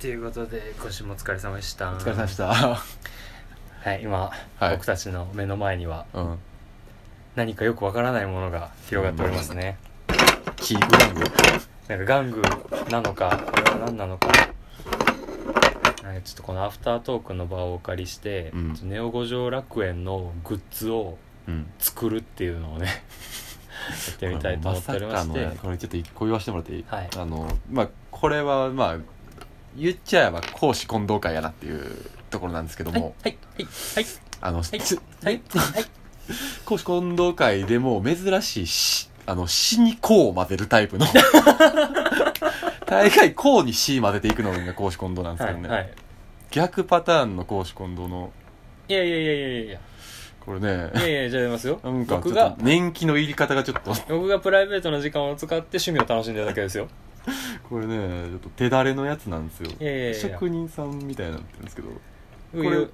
ということで今週もお疲れ様でしたお疲れ様でした。はい今、はい僕たちの目の前にはうん。何かよくわからないものが広がっておりますね、キーグラング。なんか玩具なのかこれは何なのかなんかちょっとこのアフタートークの場をお借りして、うんネオ五条楽園のグッズをうん。作るっていうのをね やってみたいと思っておりまして、これまさかのこれちょっと一個言わせてもらっていい、はいあの、まあ、これは、まあ、言っちゃえば公私混同会やなっていうところなんですけどはいも、はいはいあの、はいつはいはい公私混同会でも珍しいし、あの、死にこを混ぜるタイ プの。大概こうに死混ぜていくのが公私混同なんですはけいどね。はい逆パターンの公私混同の、いやいやいやいやいやこれねい、やいやじゃあやりますよなんかち僕ょっがと年季の入り方がちょっと僕がプライベートの時間を使って趣味を楽しんでるだけですよこれねちょっと手だれのやつなんですよいやいやいや職人さんみたいになってるんですけどここれ使い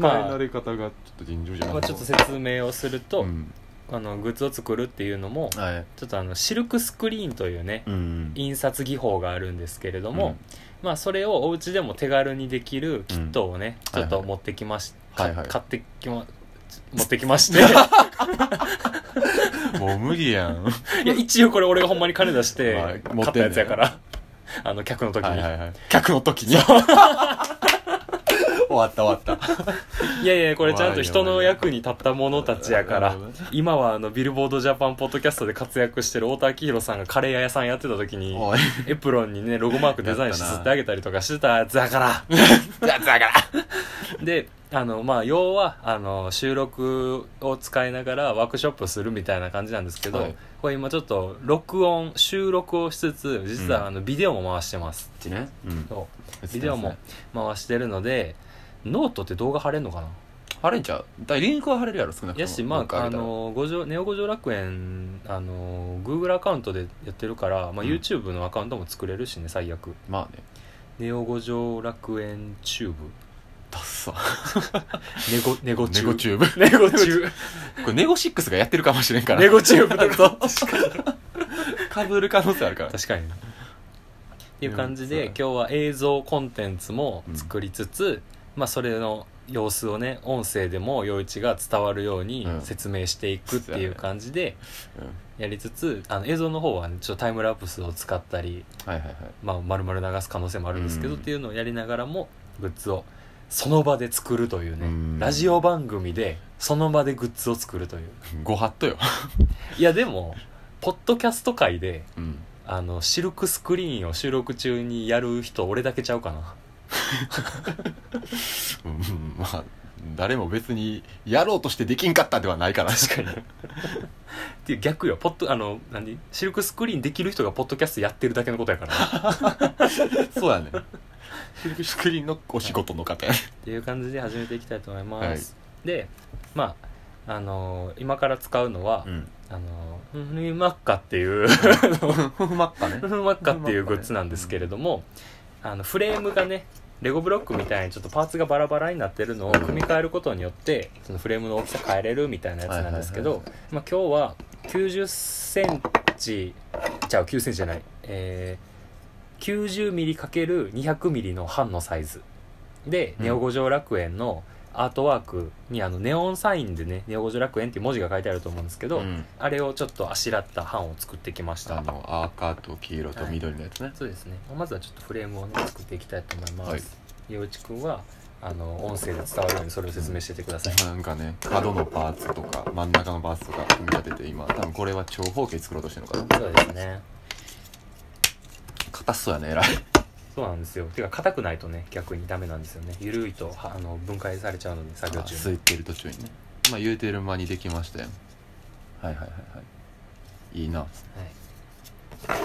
まあ慣れ方がちょっと尋常じゃなまあいちょっと説明をすると、うんあのグッズを作るっていうのもはいちょっとあのシルクスクリーンというね、うん印刷技法があるんですけれども、まあそれをお家でも手軽にできるキットをね、うんちょっと持ってきまし、かはいはい買ってきま持ってきま してうんもう無理やん はいや一応これ俺がほんまに金出してまあ買持ったってんねんやつやからあの客の時に、いいはいはい客の 時に終わった終わったやいやこれちゃんと人の役に立った者たちやかならるほどね今はあのビルボードジャパンポッドキャストで活躍してる太田明宏さんがカレー屋さんやってた時においエプロンにねロゴマークデザインしやったつなってあげたりとかしてたやつやからだから であのまあ要はあの収録を使いながらワークショップするみたいな感じなんですけど、はいこれ今ちょっと録音収録をしつつ実うはんあのビデオも回してます、ねうんそうビデオも回してるのでノートって動画貼れるのかな貼れんちゃうだからリンクは貼れるやろ少なくともやしまなんかああげたらの五条ネオ五条楽園あの Google アカウントでやってるから、まあ、うん YouTube のアカウントも作れるしね最悪まあねネオ五条楽園チューブ ダッサネゴネゴチュネゴーチューブブ ネゴチューこれネゴシックスがやってるかもしれんからネゴチューブと かかぶる可能性あるから確かにっていう感じうんで今日は映像コンテンツも作りつつ、まあそれの様子をね音声でも陽一が伝わるようにうん説明していくっていう感じでうんやりつつあの映像の方は、ね、ちょっとタイムラプスを使ったり、はいはいはいまあ、丸々流す可能性もあるんですけど、うんっていうのをやりながらもグッズをその場で作るというね、うんラジオ番組でその場でグッズを作るというご法度よいやでもポッドキャスト界でうんあのシルクスクリーンを収録中にやる人俺だけちゃうかなうんまあ誰も別にやろうとしてできんかったではないから確かにっていう逆よポッドあの何シルクスクリーンできる人がポッドキャストやってるだけのことやからっそうやねシルク スクリーンのお仕事の方やねていう感じで始めていきたいと思います、でまああの今から使うのは、んあのフンフリマッカっていうふまったねフンフリマッカっていうグッズなんですけれども、あのフレームがねレゴブロックみたいにちょっとパーツがバラバラになってるのを組み替えることによってそのフレームの大きさ変えれるみたいなやつなんですけはいどはまあ今日は90センチじゃあ9センチじゃないえー、90ミリ ×200 ミリの版のサイズで「うんネオ五条楽園」のアートワークにあのネオンサインでね「ネオ五条楽園」っていう文字が書いてあると思うんですけど、うんあれをちょっとあしらった版を作ってきましあたの赤と黄色と緑のやつね、そうですねまずはちょっとフレームをね作っていきたいと思いまはいす陽一くんはあの音声で伝わるようにそれを説明しててくださいなんかね角のパーツとか真ん中のパーツとか組み立てて今多分これは長方形作ろうとしてるのかなそうですね硬そうやねえらいそうなんですよてか硬くないとね逆にダメなんですよねゆるいとはあの分解されちゃうので作業中空にいてる途中にねまあ言うてる間にできましたよはいはいはいはいいいなはい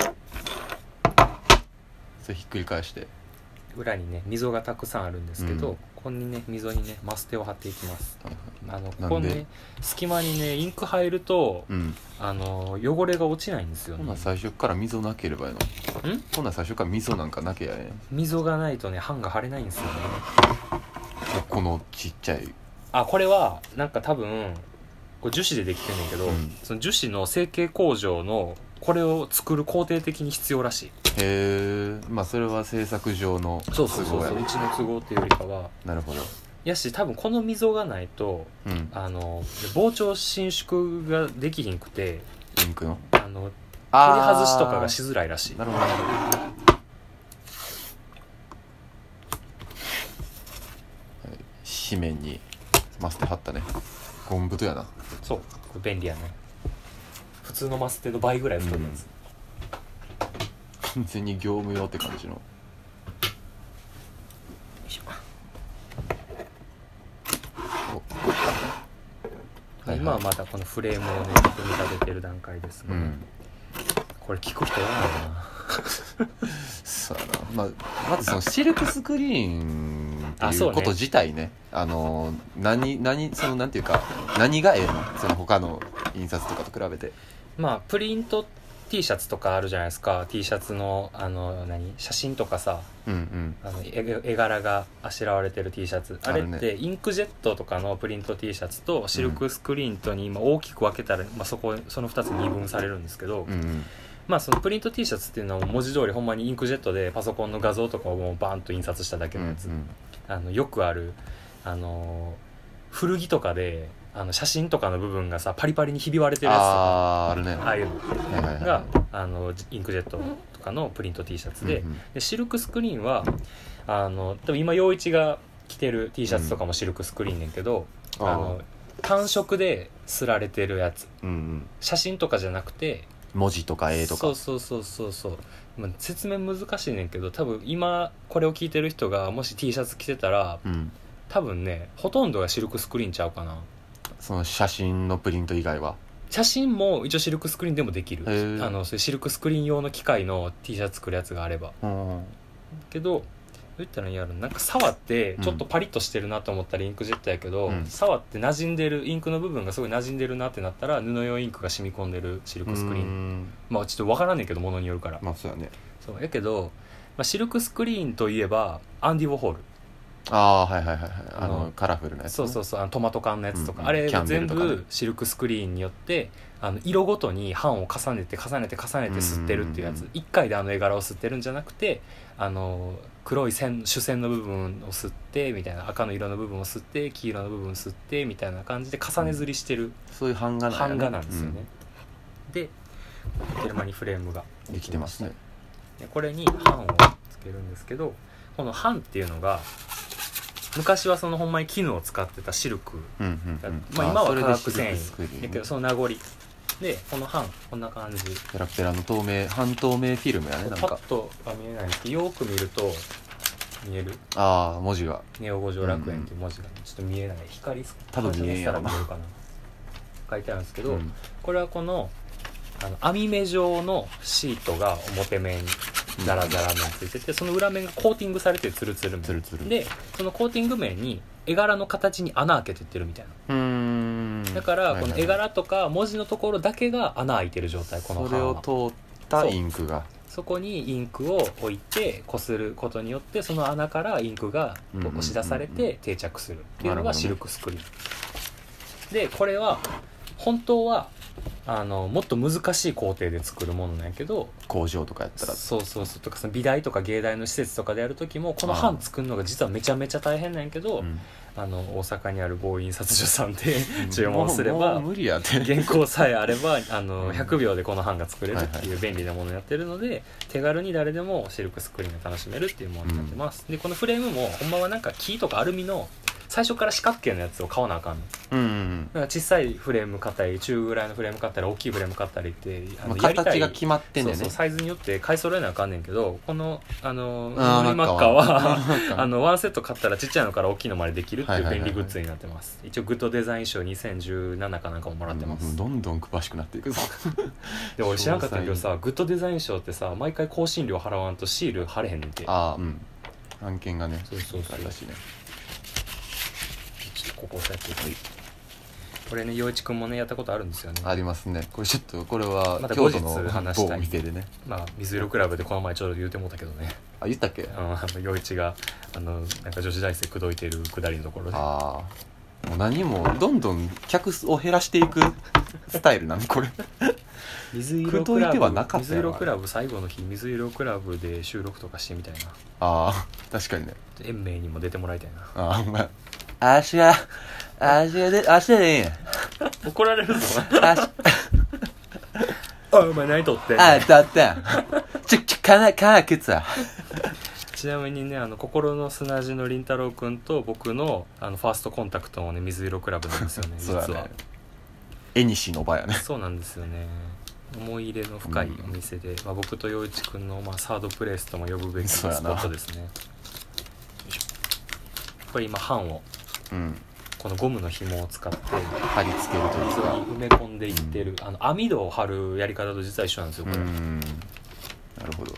それひっくり返して裏にね溝がたくさんあるんですけど、うんここにね溝にねマステを貼っていきますあのこなこんでね隙間にねインク入ると、うんあの汚れが落ちないんですよほなね最初から溝なければやのんほな最初から溝なんかなきゃやね溝がないとね版が貼れないんですよねこのちっちゃいあこれはなんか多分これ樹脂でできてんねんけど、うんその樹脂の成形工場のこれを作る工程的に必要らしいへえまあそれは制作上のそうそうそうそう都合やうねちの都合っていうよりかはなるほどやし多分この溝がないとうんあの膨張伸縮ができひんくてインクのあの取りあー外しとかがしづらいらしいなるほどなるほどはい紙面にマステ貼ったねゴム太やなそうこれ便利やね普通のマステの倍ぐらい太るやつ、完全に業務用って感じのよいしおょいい今はまだこのフレームをね組み立ててる段階ですうので、んこれ聞く人多いなそうやな、まあ、まずそのシルクスクリーンってあいそううねこと自体ねあの何何そのなんていうか何がええのその他の印刷とかと比べてまあプリント T シャツとかあるじゃないですか T シャツのあの何写真とかさうんうんあの絵絵柄があしらわれてる T シャツあれっあるてインクジェットとかのプリント T シャツとシルクスクリーンとに今大きく分けたら、まあ、そこその2つに二分されるんですけど、うんうんまあそのプリント T シャツっていうのは文字通りほんまにインクジェットでパソコンの画像とかをもうバーンと印刷しただけのやつ、うんうんあのよくある、あのー古着とかであの写真とかの部分がさパリパリにひび割れてるやつとかあーあるねああいうのはいはいはいがあのインクジェットとかのプリント T シャツで,、うんうんでシルクスクリーンはあの多分今陽一が着てる T シャツとかもシルクスクリーンねんけど、あーあの単色ですられてるやつうんうん写真とかじゃなくて文字とか絵とかそうそうそうそうそう、まあ、説明難しいねんけど多分今これを聞いてる人がもし T シャツ着てたらうん、多分ねほとんどがシルクスクリーンちゃうかなその写真のプリント以外は写真も一応シルクスクリーンでもできるへーあのそういうシルクスクリーン用の機械の T シャツ作るやつがあればうんけどどう言ったらいいんやろなんか触ってちょっとパリッとしてるなと思ったらインクジェットやけど、うん触って馴染んでるインクの部分がすごい馴染んでるなってなったら布用インクが染み込んでるシルクスクリーンンまあちょっとわからんねんけどものによるからまあそうやねそうやけど、まあ、シルクスクリーンといえばアンディ・ウォーホールああーはいはいはいはいああののカラフルなやつね、そうそうそうあのトマト缶のやつとか、うんうんあれキャンベ全ルとかね部シルクスクリーンによってあの色ごとに版を重ねて重ねて重ねて吸ってるっていうやうんうんつうん一回であの絵柄を吸ってるんじゃなくてあの黒い線主線の部分を吸ってみたいな赤の色の部分を吸って黄色の部分を吸ってみたいな感じで重ね刷りしてるそういう版画なんやね版画なんですよね、で車にフレームがうんできてますねでこれに版をつけるんですけどこの版っていうのが昔はそのほんまに絹を使ってたシルクうんうん、うん、まあ、今は化学繊それでシルクスクリーン維だけどその名残でこの版こんな感じペラペラの透明半透明フィルムやねなんパッかとは見えないんですけどよく見ると見えるああ文字が「ネオ五条楽園」っていう文字がね、ちょっと見えない光多分見えんやろな反射したら見えるかな書いてあるんですけど、うんこれはこのあの網目状のシートが表面にザラザラ面ついててその裏面がコーティングされてツルツル面ツルツルでそのコーティング面に絵柄の形に穴開けてってるみたいなうーんだからはいこはいのはい絵柄とか文字のところだけが穴開いてる状態このそれ版はそを通ったインクがこにインクを置いてこすることによってその穴からインクがこうんうんううんうん押し出されて定着するっていうのなるほどがねシルクスクリーン、でこれは本当はあのもっと難しい工程で作るものなんやけど工場とかやったらそうそうそうとかその美大とか芸大の施設とかでやる時もこのあー版作るのが実はめちゃめちゃ大変なんやけど、うんあの大阪にある某印刷所さんで 注文すれもうばもう無理 やって原稿さえあればあのうん100秒でこの版が作れるってはいいはう便利なものをやってるので手軽に誰でもシルクスクリーンが楽しめるっていうものになってます、でこのフレームもほんまはなんか木とかアルミの最初から四角形のやつを買わなあかんのうんうんうんなんか小さいフレーム買ったり中ぐらいのフレーム買ったり大きいフレーム買ったりってあまのあ、やりた形いが決まってんだよそうねそうサイズによって買い揃えなあかんねんけどこのあのあーマッカーマはッカーマッカー あのワンセット買ったらちっちゃいのから大きいのまでできるってはいいはうい便はいはい利グッズになってます、一応グッドデザイン賞2017かなんかももらってます、うんどんどん詳しくなっていくぞで俺知らんかったけどさグッドデザイン賞ってさ毎回更新料払わんとシール貼れへんねんて ああうん案件がねそうそうそうあれだしねちょっとここ押さえてこれね陽一くんもねやったことあるんですよねありますねこれちょっとこれはまた後京日都の話した某い店でねまあ水色クラブでこの前ちょうど言うてもうたけどねあ言ったっけあのあの陽一があのなんか女子大生口説いてるくだりのところでああもう何もどんどん客数を減らしていくスタイルなのこれ 水く色どクいラてブはなかった水やろ色クラブ最後の日水色クラブで収録とかしてみたいなああ確かにね延命にも出てもらいたいなああお前足が足がで足でね怒られるぞ 足あお前何撮ってんのあだったちょちょかなかなくつはちなみにねあの心の砂地の凛太郎くんと僕のあのファーストコンタクトもね水色クラブなんですよね実 そうはだそう,、ねえにしの場やねなんですよね思い入れの深いお店で、まあ、僕と陽一くんの、まあ、サードプレイスとも呼ぶべきスポそうやなットですねよいしょこれ今版をうんこのゴムの紐を使って貼り付けるという溝かに埋め込んでいってる、あの網戸を張るやり方と実は一緒なんですようこれ、んなるほど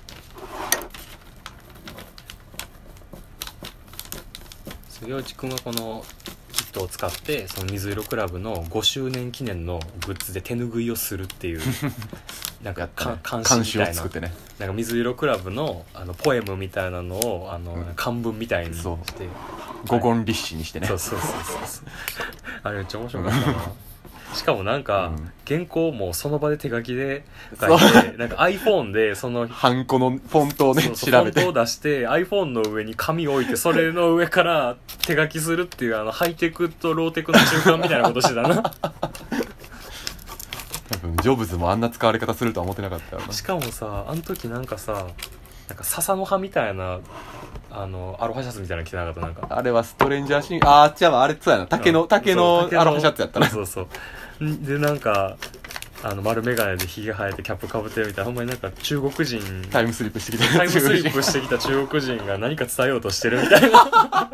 そう陽一くんはこのキットを使ってその水色クラブの5周年記念のグッズで手拭いをする っていうなんやかったねか監監視視みをたいな作ってねなんか水色クラブのあのポエムみたいなのをあの、うん漢文みたいにしてそうはい五言立志にしてねそうそうそうそうそうあれめっちゃ面白かったなしかもなんか、うん原稿もその場で手書きで書そいうてなんか iPhone でそのハンコのフォントをねそうそう調べてフォントを出して iPhone の上に紙を置いてそれの上から手書きするっていうあのハイテクとローテクの中間みたいなことしてた な多分ジョブズもあんな使われ方するとは思ってなかったよなしかもさあの時なんかさなんか笹の葉みたいなあのアロハシャツみたいなの着てなかったなんかあれはストレンジャーシングああ違うわあれそうやな竹うのん竹そのうアロハシャツやったなそうそうそうんでなんかあの丸眼鏡でひげ生えてキャップかぶってるみたいなほんまになんか中国人タイムスリップしてきたタイムスリップしてきた中国人が何か伝えようとしてるみたいな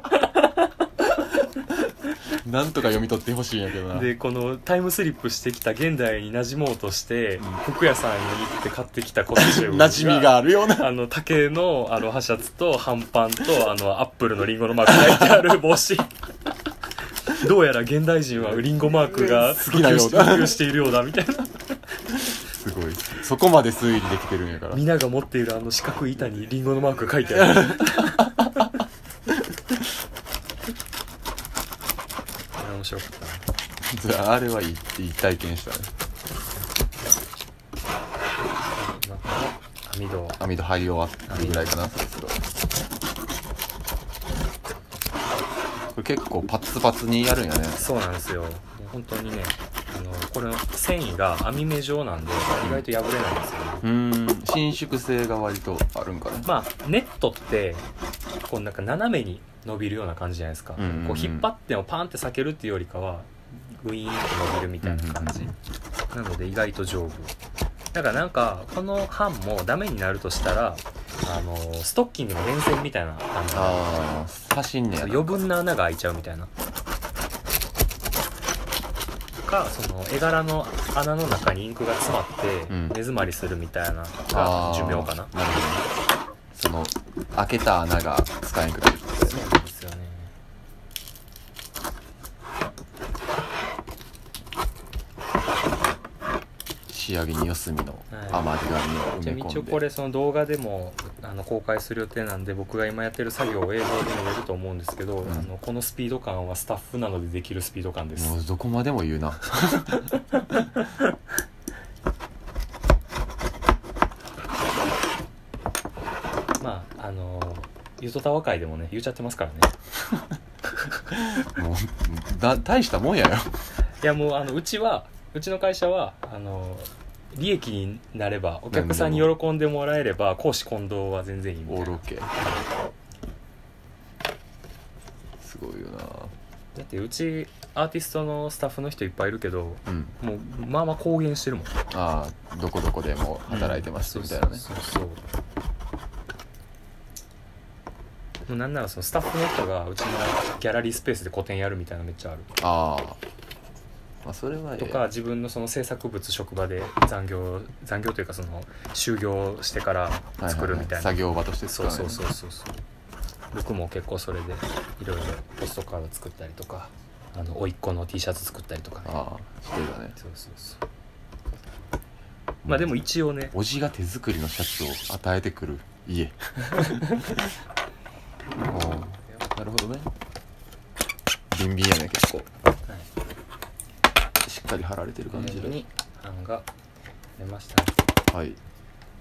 なんとか読み取ってほしいんやけどなでこのタイムスリップしてきた現代に馴染もうとして、ん服屋さんに行って買ってきたコスチューム馴染みがあるようなあの竹のアロハシャツと半パンとあのアップルのリンゴのマークが入ってある帽 子どうやら現代人はリンゴマークが好きなようだ普及しているようだみたい なすごいそこまで推理できてるんやから皆が持っているあの四角い板にリンゴのマークが書いてある あれ面白かったなじゃああれはいいいい体験したね今網戸を網戸入り終わってるぐらいかなそうですけどこれ結構パツパツにやるんやねそうなんですよもう本当にねあのこれの繊維が網目状なんで意外と破れないんですよね、うーん伸縮性が割とあるんかなまあネットってこうなんか斜めに伸びるような感じじゃないですか、うんうんうんこう引っ張ってもパンって裂けるっていうよりかはグイーンって伸びるみたいな感じ、うんうなので意外と丈夫だからなんかこの版もダメになるとしたらあのストッキングの電線みたいな感じああ刺しんねやな余分な穴が開いちゃうみたいなかその絵柄の穴の中にインクが詰まってうん目詰まりするみたいなのがあー寿命かな、なるほどねその開けた穴が使えんくなるってことそねうなんですよね仕上げに四隅のはい甘みがをじゃ埋あ一め込応んで、これその動画でもあの公開する予定なんで僕が今やってる作業を映像で見れると思うんですけど、んあのこのスピード感はスタッフなのでできるスピード感です、もうどこまでも言うなまああのゆとたわ会でもね言っちゃってますからねもうだ大したもんやよいやもうあのうちはうちの会社はあの利益になればお客さんに喜んでもらえれば公私混同は全然いいみオたいーなロケすごいよなだってうちアーティストのスタッフの人いっぱいいるけどうんもうまあまあ公言してるもんああどこどこでも働いてますみたいなね、そうそうそうもうなんならそのスタッフの人がうちのギャラリースペースで個展やるみたいなのめっちゃあるああまあそれはええとか自分のその制作物職場で残業残業というかその就業してからはいはいはい作るみたいな、作業場として使そううねそうそうそうそう僕も結構それでいろいろポストカード作ったりとかあの甥っ子の T シャツ作ったりとかねああしてるわねそうそうそうまあでも一応ねおじが手作りのシャツを与えてくる 家もうなるほどねビンビンやね結構しっかり貼られてる感じこのでように版が出ましたねはい、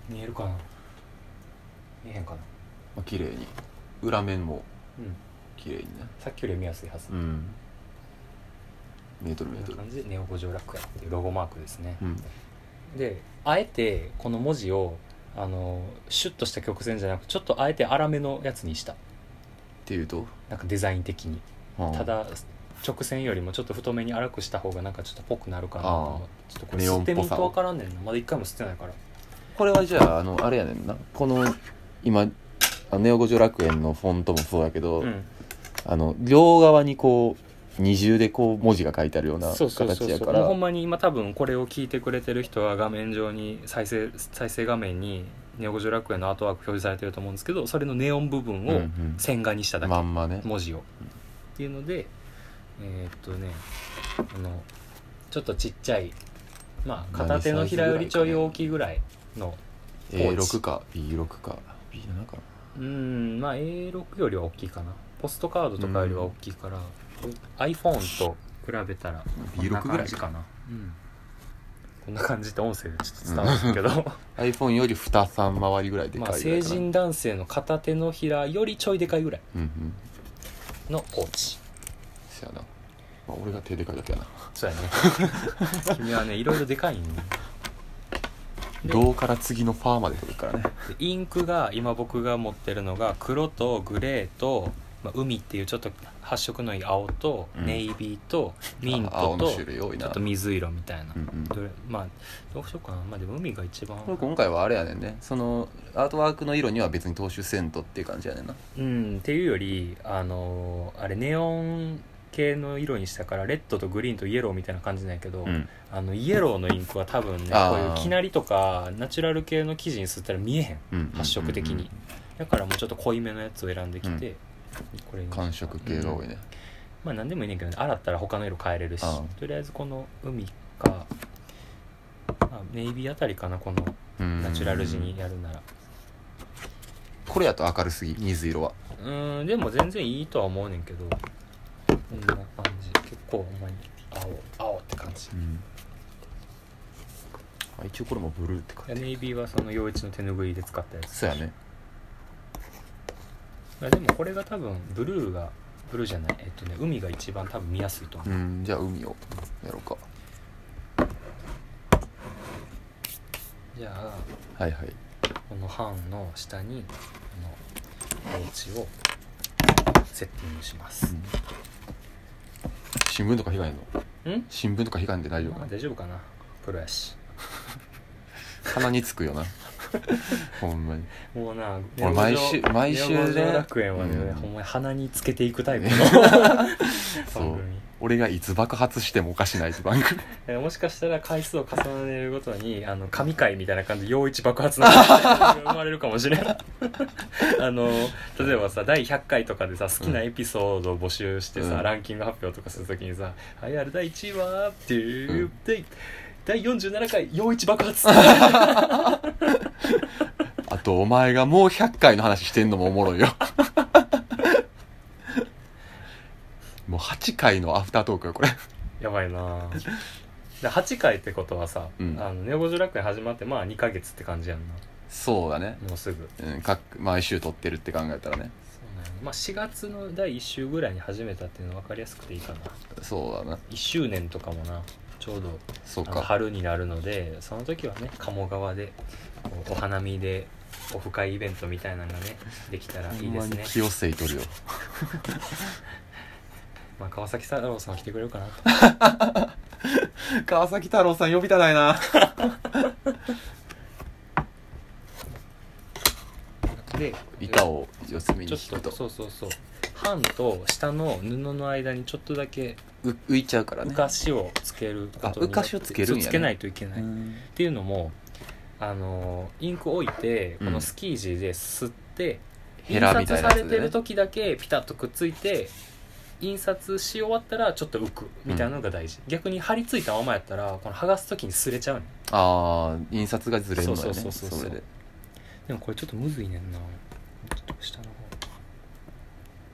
見えるかな見えへんかなまあ、綺麗に裏面もうん綺麗にねさっきより見やすいはず、うんメートルメーこトんなル感じでネオ五条楽園っていうロゴマークですね、うんであえてこの文字をあのシュッとした曲線じゃなくちょっとあえて粗めのやつにしたっていうとなんかデザイン的にああただ直線よりもちょっと太めに粗くした方がなんかちょっとぽくなるかなと思うちょっとこれネオン吸っっぽてさみんをとわからんねんなまだ一回も吸ってないからこれはじゃああのあれやねんなこの今あネオ五条楽園のフォントもそうやけど、うんあの両側にこう二重でこう文字が書いてあるようなそうそうそ形うやそかうもうらほんまに今多分これを聞いてくれてる人は画面上に再生再生画面にネオ五条楽園のアートワーク表示されてると思うんですけどそれのネオン部分うんうをん線画にしただけ、まんまね文字を、っていうのでえーっとねあのちょっとちっちゃいまあ片手のひらよりちょい大きいぐらいの A6 か B6 か B7 かうんまあ A6 よりは大きいかなポストカードとかよりは大きいから、iPhone と比べたらこんな B6 ぐら感いじかかな、うん、こんな感じって音声でちょっと伝わるんです けど iPhone より2、3回りぐらいでかまいあぐら成いかな人男性の片手のひらよりちょいでかいぐらいうんうんのポーチそやな、まあ、俺が手でかいだけやなそうやね 君はねいろいろでかいんよで銅から次のファーまで取るからねでインクが今僕が持ってるのが黒とグレーと、まあ、海っていうちょっと発色のいい青とうんネイビーとミンあ青トのと種類多いちょなっと水色みたいな、うんうんどれまあどうしようかなまあでも海が一番これ今回はあれやねんねそのアートワークの色には別に踏襲せんとっていう感じやねんなうんっていうよりあのーあれネオン系の色にしたからレッドとグリーンとイエローみたいな感じなんやけど、うんあのイエローのインクは多分ねあこうーいうきなりとかナチュラル系の生地に吸ったら見えへんうん発色的にだからもうちょっと濃いめのやつを選んできて、これに感触系が多いねまあ何でもいいねんけどね洗ったら他の色変えれるしあとりあえずこの海か、まあ、ネイビーあたりかなこのうんナチュラル地にやるならこれやと明るすぎ水色はうんんでも全然いいとは思うねんけどこんな感じ結構ほんまに青青って感じあ一応これもブルーってで感じネイビーはその陽一の手拭いで使ったやつそうやねまあでもこれが多分ブルーがブルーじゃないえっとね海が一番多分見やすいと思ううんじゃあ海をやろうかじゃあはいはいこの版の下にこのポーチをセッティングします、新聞とか被害のうん新聞とか被害で大丈夫かまあな大丈夫かなプロやし鼻につくよ なほんまにもうな俺毎週毎週ねね楽園はね、うんほんまに鼻につけていくタイプの そう番組俺がいつ爆発してもおかしないって番組えもしかしたら回数を重ねるごとにあの神回みたいな感じで陽一爆発な感じが生まれるかもしれ ないあの例えばさ第100回とかでさ好きなエピソードを募集してさ、うんランキング発表とかするときにさ「はいあれ第1位は」って言うっんて、第47回陽一爆 発あとお前がもう100回の話してんのもおもろい よもう8回のアフタートークよこれやばいなで8回ってことはさ、うんあのネオ五条楽園始まってまあ2ヶ月って感じやんなそうだね、もうすぐうん、各毎週撮ってるって考えたそうならねんやまあ4月の第1週ぐらいに始めたっていうの分かりやすくていいかなそうだな1周年とかもなちょうどそうあのか春になるのでその時はね鴨川でこうお花見でオフ会イベントみたいなのがねできたらいいほでんすまにね、気をせいとるよ まあ、川崎太郎さん来てくれるかなと川崎太郎さん呼びたないなで板を四つ目にちょ引っくととそうそうそう半と下の布の間にちょっとだけう浮いちゃうからね浮かしをつけることによってあ浮かしをつけるんやねそうつけないといけない、うっんていうのもあのインク置いてこうんのスキージで吸って、ヘ印ラみた刷いさなやれつてで、ねる、時だけピタッとくっついて印刷し終わったらちょっと浮くみたいなのが大事、逆に貼り付いたままやったらこの剥がす時に擦れちゃうねああ印刷がずれるのよねそうそうそうそうれででもこれちょっとむずいねんなちょっと下の方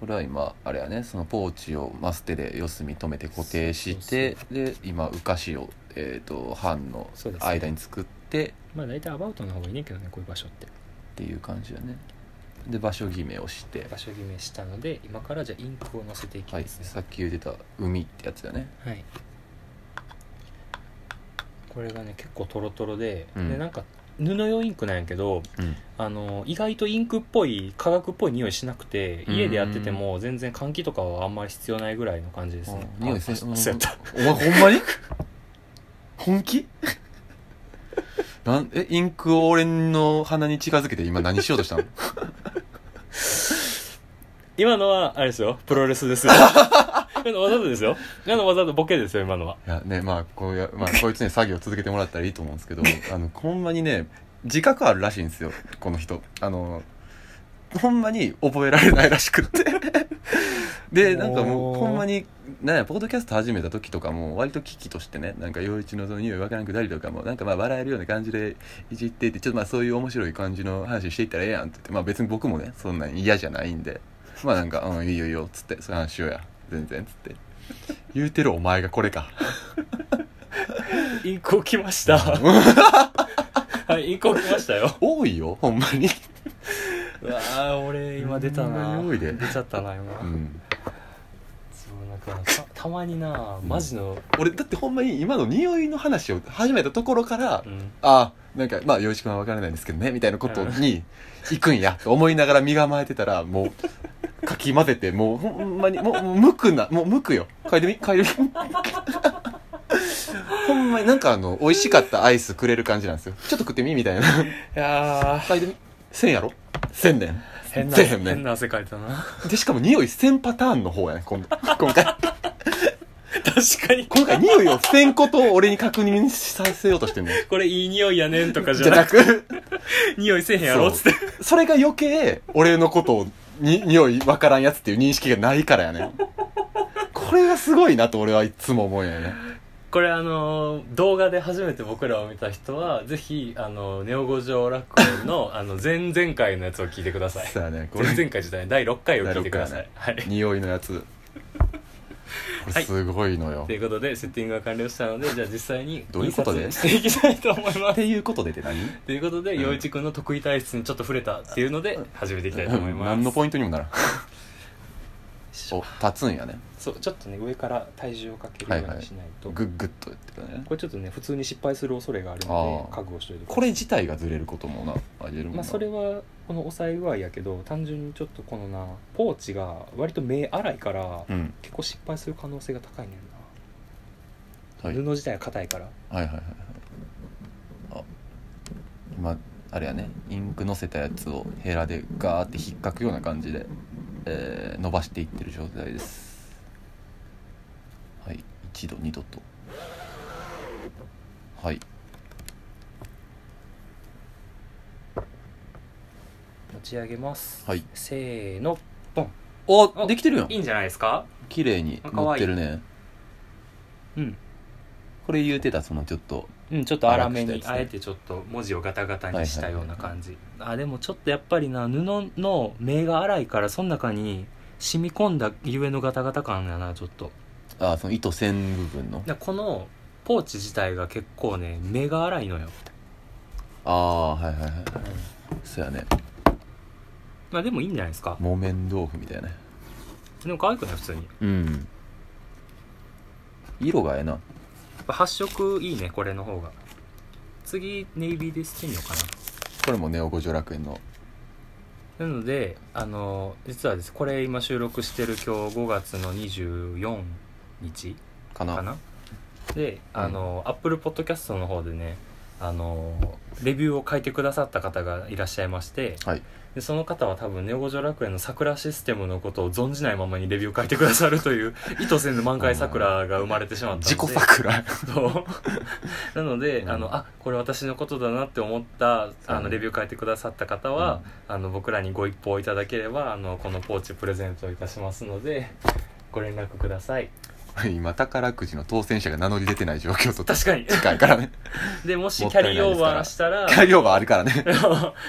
これは今あれやねそのポーチをマステで四隅止めて固定してそうで今浮かしを、えー、と版のそうですね間に作っててまあ大体アバウトの方がいいねんけどねこういう場所ってっていう感じだねで場所決めをして、場所決めしたので今からじゃあインクを乗せていきはまい、すさねっき言ってた海ってやつだねはい、これがね結構トロトロで、うんでなんか布用インクなんやけどうんあの意外とインクっぽい化学っぽい匂いしなくてうん家でやってても全然換気とかはあんまり必要ないぐらいの感じですねあ匂いせせうんそうやったお前ほんまに本気なんえインクを俺の鼻に近づけて今何しようとしたの 今のはあれですよプロレス ですよ今のわざとですよ今のわざとボケですよ今のはいやねまあこうや、 まあ、こいつね作業続けてもらったらいいと思うんですけどあのほんまにね自覚あるらしいんですよこの人あのほんまに覚えられないらしくってでなんかもおうーほんまになんやポッドキャスト始めた時とかも割と危機としてねなんか陽一のその匂いわからんくなりとかもなんかまあ笑えるような感じでいじっていってちょっとまあそういう面白い感じの話していったらええやんって言ってまあ別に僕もねそんなん嫌じゃないんでまあなんか「うんいいよいいよ」っつって「そういう話しようや全然」っつって言うてるお前がこれかインクをきました はいインクをきましたよ多いよほんまにうわあ俺今出たな匂いで出ちゃったな今、うんそうなんかたたまになマジの、俺だってほんまに今の匂いの話を始めたところから、うん、あなんかまあ洋一君は分からないんですけどねみたいなことに行くんやと思いながら身構えてたらもうかき混ぜてもうほんまにもうもう無くなもう無くよ嗅いでみ嗅いで みほんまになんかあの美味しかったアイスくれる感じなんですよちょっと食ってみみたいないや嗅いでみせんやろせんねん変なせえへんね変な汗かいたなでしかも匂いせんパターンの方やね今度今回 確かに今回匂いをせんことを俺に確認させようとしてんのこれいい匂いやねんとかじじゃゃななくく 匂いせえへんやろっつってそれが余計俺のことをに匂いわからんやつっていう認識がないからやねこれがすごいなと俺はいつも思うんやねこれあのー動画で初めて僕らを見た人はぜひあのネオ五条楽園のあの前々回のやつを聞いてくださいそうやねこ前れ々回じゃない第6回を聞いてください、はい匂いのやつこれすごいのよ、ということでセッティングが完了したのでじゃあ実際にどういうことで印刷していきたいと思いまっすていうことでって何ということでうん陽一君の得意体質にちょっと触れたっていうので始めていきたいと思います何のポイントにもならんお立つんやねそうちょっとね上から体重をかけるようにしないと、グッグッとやってくるねこれちょっとね普通に失敗する恐れがあるのあーで覚悟しておいてくだこさいれ自体がずれることもなありえるもんな、まあそれはこの抑え具合やけど単純にちょっとこのなポーチが割と目荒いから、うん結構失敗する可能性が高いねんな、はい、布自体が硬いからはいはいはいはいあ今あれやねインクのせたやつをヘラでガーって引っかくような感じで、えー伸ばしていってる状態ですはい一度二度とはい持ち上げます、はいせーのポンおあできてるやんいいんじゃないですか綺麗に乗ってるねうんこれ言うてたそのちょっとうん、ちょっと粗め粗にくしたやつあねえてちょっと文字をガタガタにしたような感じあでもちょっとやっぱりな布の目が粗いからその中に染み込んだゆえのガタガタ感やなちょっとあその糸線部分のでこのポーチ自体が結構ね目が粗いのよ、ああはいはいはいそうやねまあでもいいんじゃないですか木綿豆腐みたいなねでも可愛くない普通にやうん色がええなっぱ発色いいねこれの方が次ネイビーで捨てみようかこれもネオ五条楽園のななのであの実はですこれ今収録してる今日5月の24日かなかなでうんあの、アップルポッドキャストの方でねあのレビューを書いてくださった方がいらっしゃいましてはいでその方は多分ネオ五条楽園の桜システムのことを存じないままにレビュー書いてくださるという意図せぬ満開桜が生まれてしまったので自己桜そう なので、うんあのあこれ私のことだなって思ったあのうんレビュー書いてくださった方は、あの僕らにご一報いただければあのこのポーチプレゼントいたしますのでご連絡ください今宝くじの当選者が名乗り出てない状況と確かに近いか らねでもしもっキたャいないリーオーバーしたら材料があるからね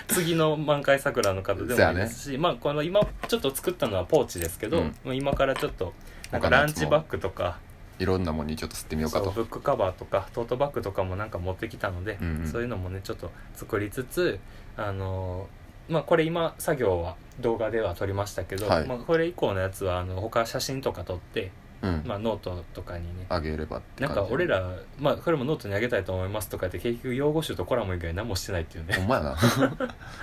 次の満開桜の方でもいいですし、まあこの今ちょっと作ったのはポーチですけど、うんまあ今からちょっとなんか他のやラつンもチバッグとかいろんなもんにちょっと吸ってみようかそうブとックカバーとかトートバッグとかもなんか持ってきたので、うんうんそういうのもねちょっと作りつつあのーまあこれ今作業は動画では撮りましたけど、はいまあ、これ以降のやつはあの他写真とか撮って、うんまあ、ノートとかにねあげればってなん感じか俺ら、まあ、これもノートにあげたいと思いますとかって結局用語集とコラム以外何もしてないっていうほねんまやな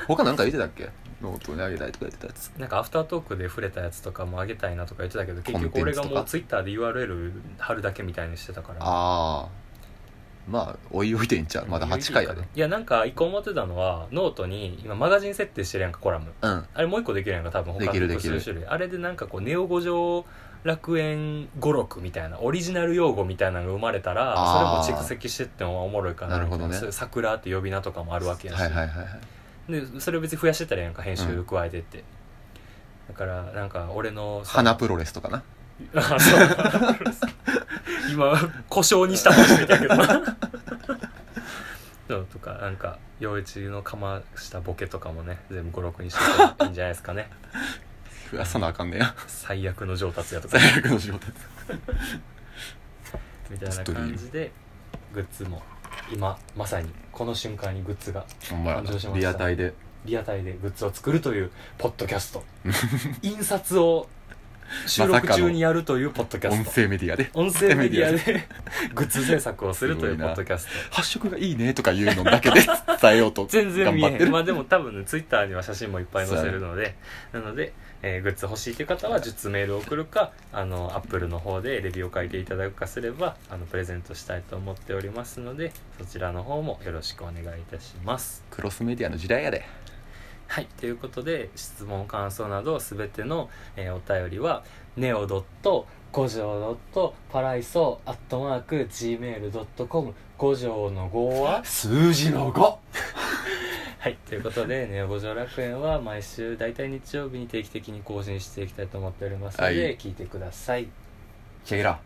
他なんか言ってたっけノートにあげたいとか言ってたやつなんかアフタートークで触れたやつとかもあげたいなとか言ってたけど結局俺がコンテンツともうかツイッターで URL 貼るだけみたいにしてたからああまあおいおいでいいんちゃうまだ8回やで、いやなんか一個思ってたのはノートに今マガジン設定してるやんかコラムうんあれもう一個できるやんか多分他できるできる数種類あれでなんかこうネオ五条楽園語録みたいなオリジナル用語みたいなのが生まれたらあーそれも蓄積してってもおもろいかななるほどみねたいなそういう桜って呼び名とかもあるわけやし、はいはいはいはいでそれを別に増やしてたらやんか編集加えてって、だからなんか俺のさ花プロレスとかなあそう今故障にした話みたいだけどなそうとかなんか陽一のかましたボケとかもね全部56にしていいんじゃないですかね増 やさなあかんねや最悪の上達やとか最悪の仕事 みたいな感じでグッズも今まさにこの瞬間にグッズがほんまや感動しましたなリアタイでリアタイでグッズを作るというポッドキャスト印刷を収録中にやるというポッドキャス音ト、声メディアで音声メディアでグッズ制作をするというポッドキャスト発色がいいねとか言うのだ けで伝えようと全然頑見張えっへてんるまあでも多分ねツイッターには写真もいっぱい載せるのでなので、えーグッズ欲しいという方は術メールを送るかあのアップルの方でレビューを書いていただくかすればあのプレゼントしたいと思っておりますのでそちらの方もよろしくお願いいたしますクロスメディアの時代やではいということで質問感想などすべての、えーお便りは neo. 五条 .paraiso.gmail.com 五条の5は数字の5はい、ということで「ネオ五条楽園」は毎週大体日曜日に定期的に更新していきたいと思っておりますので、はい聞いてください。チェイラー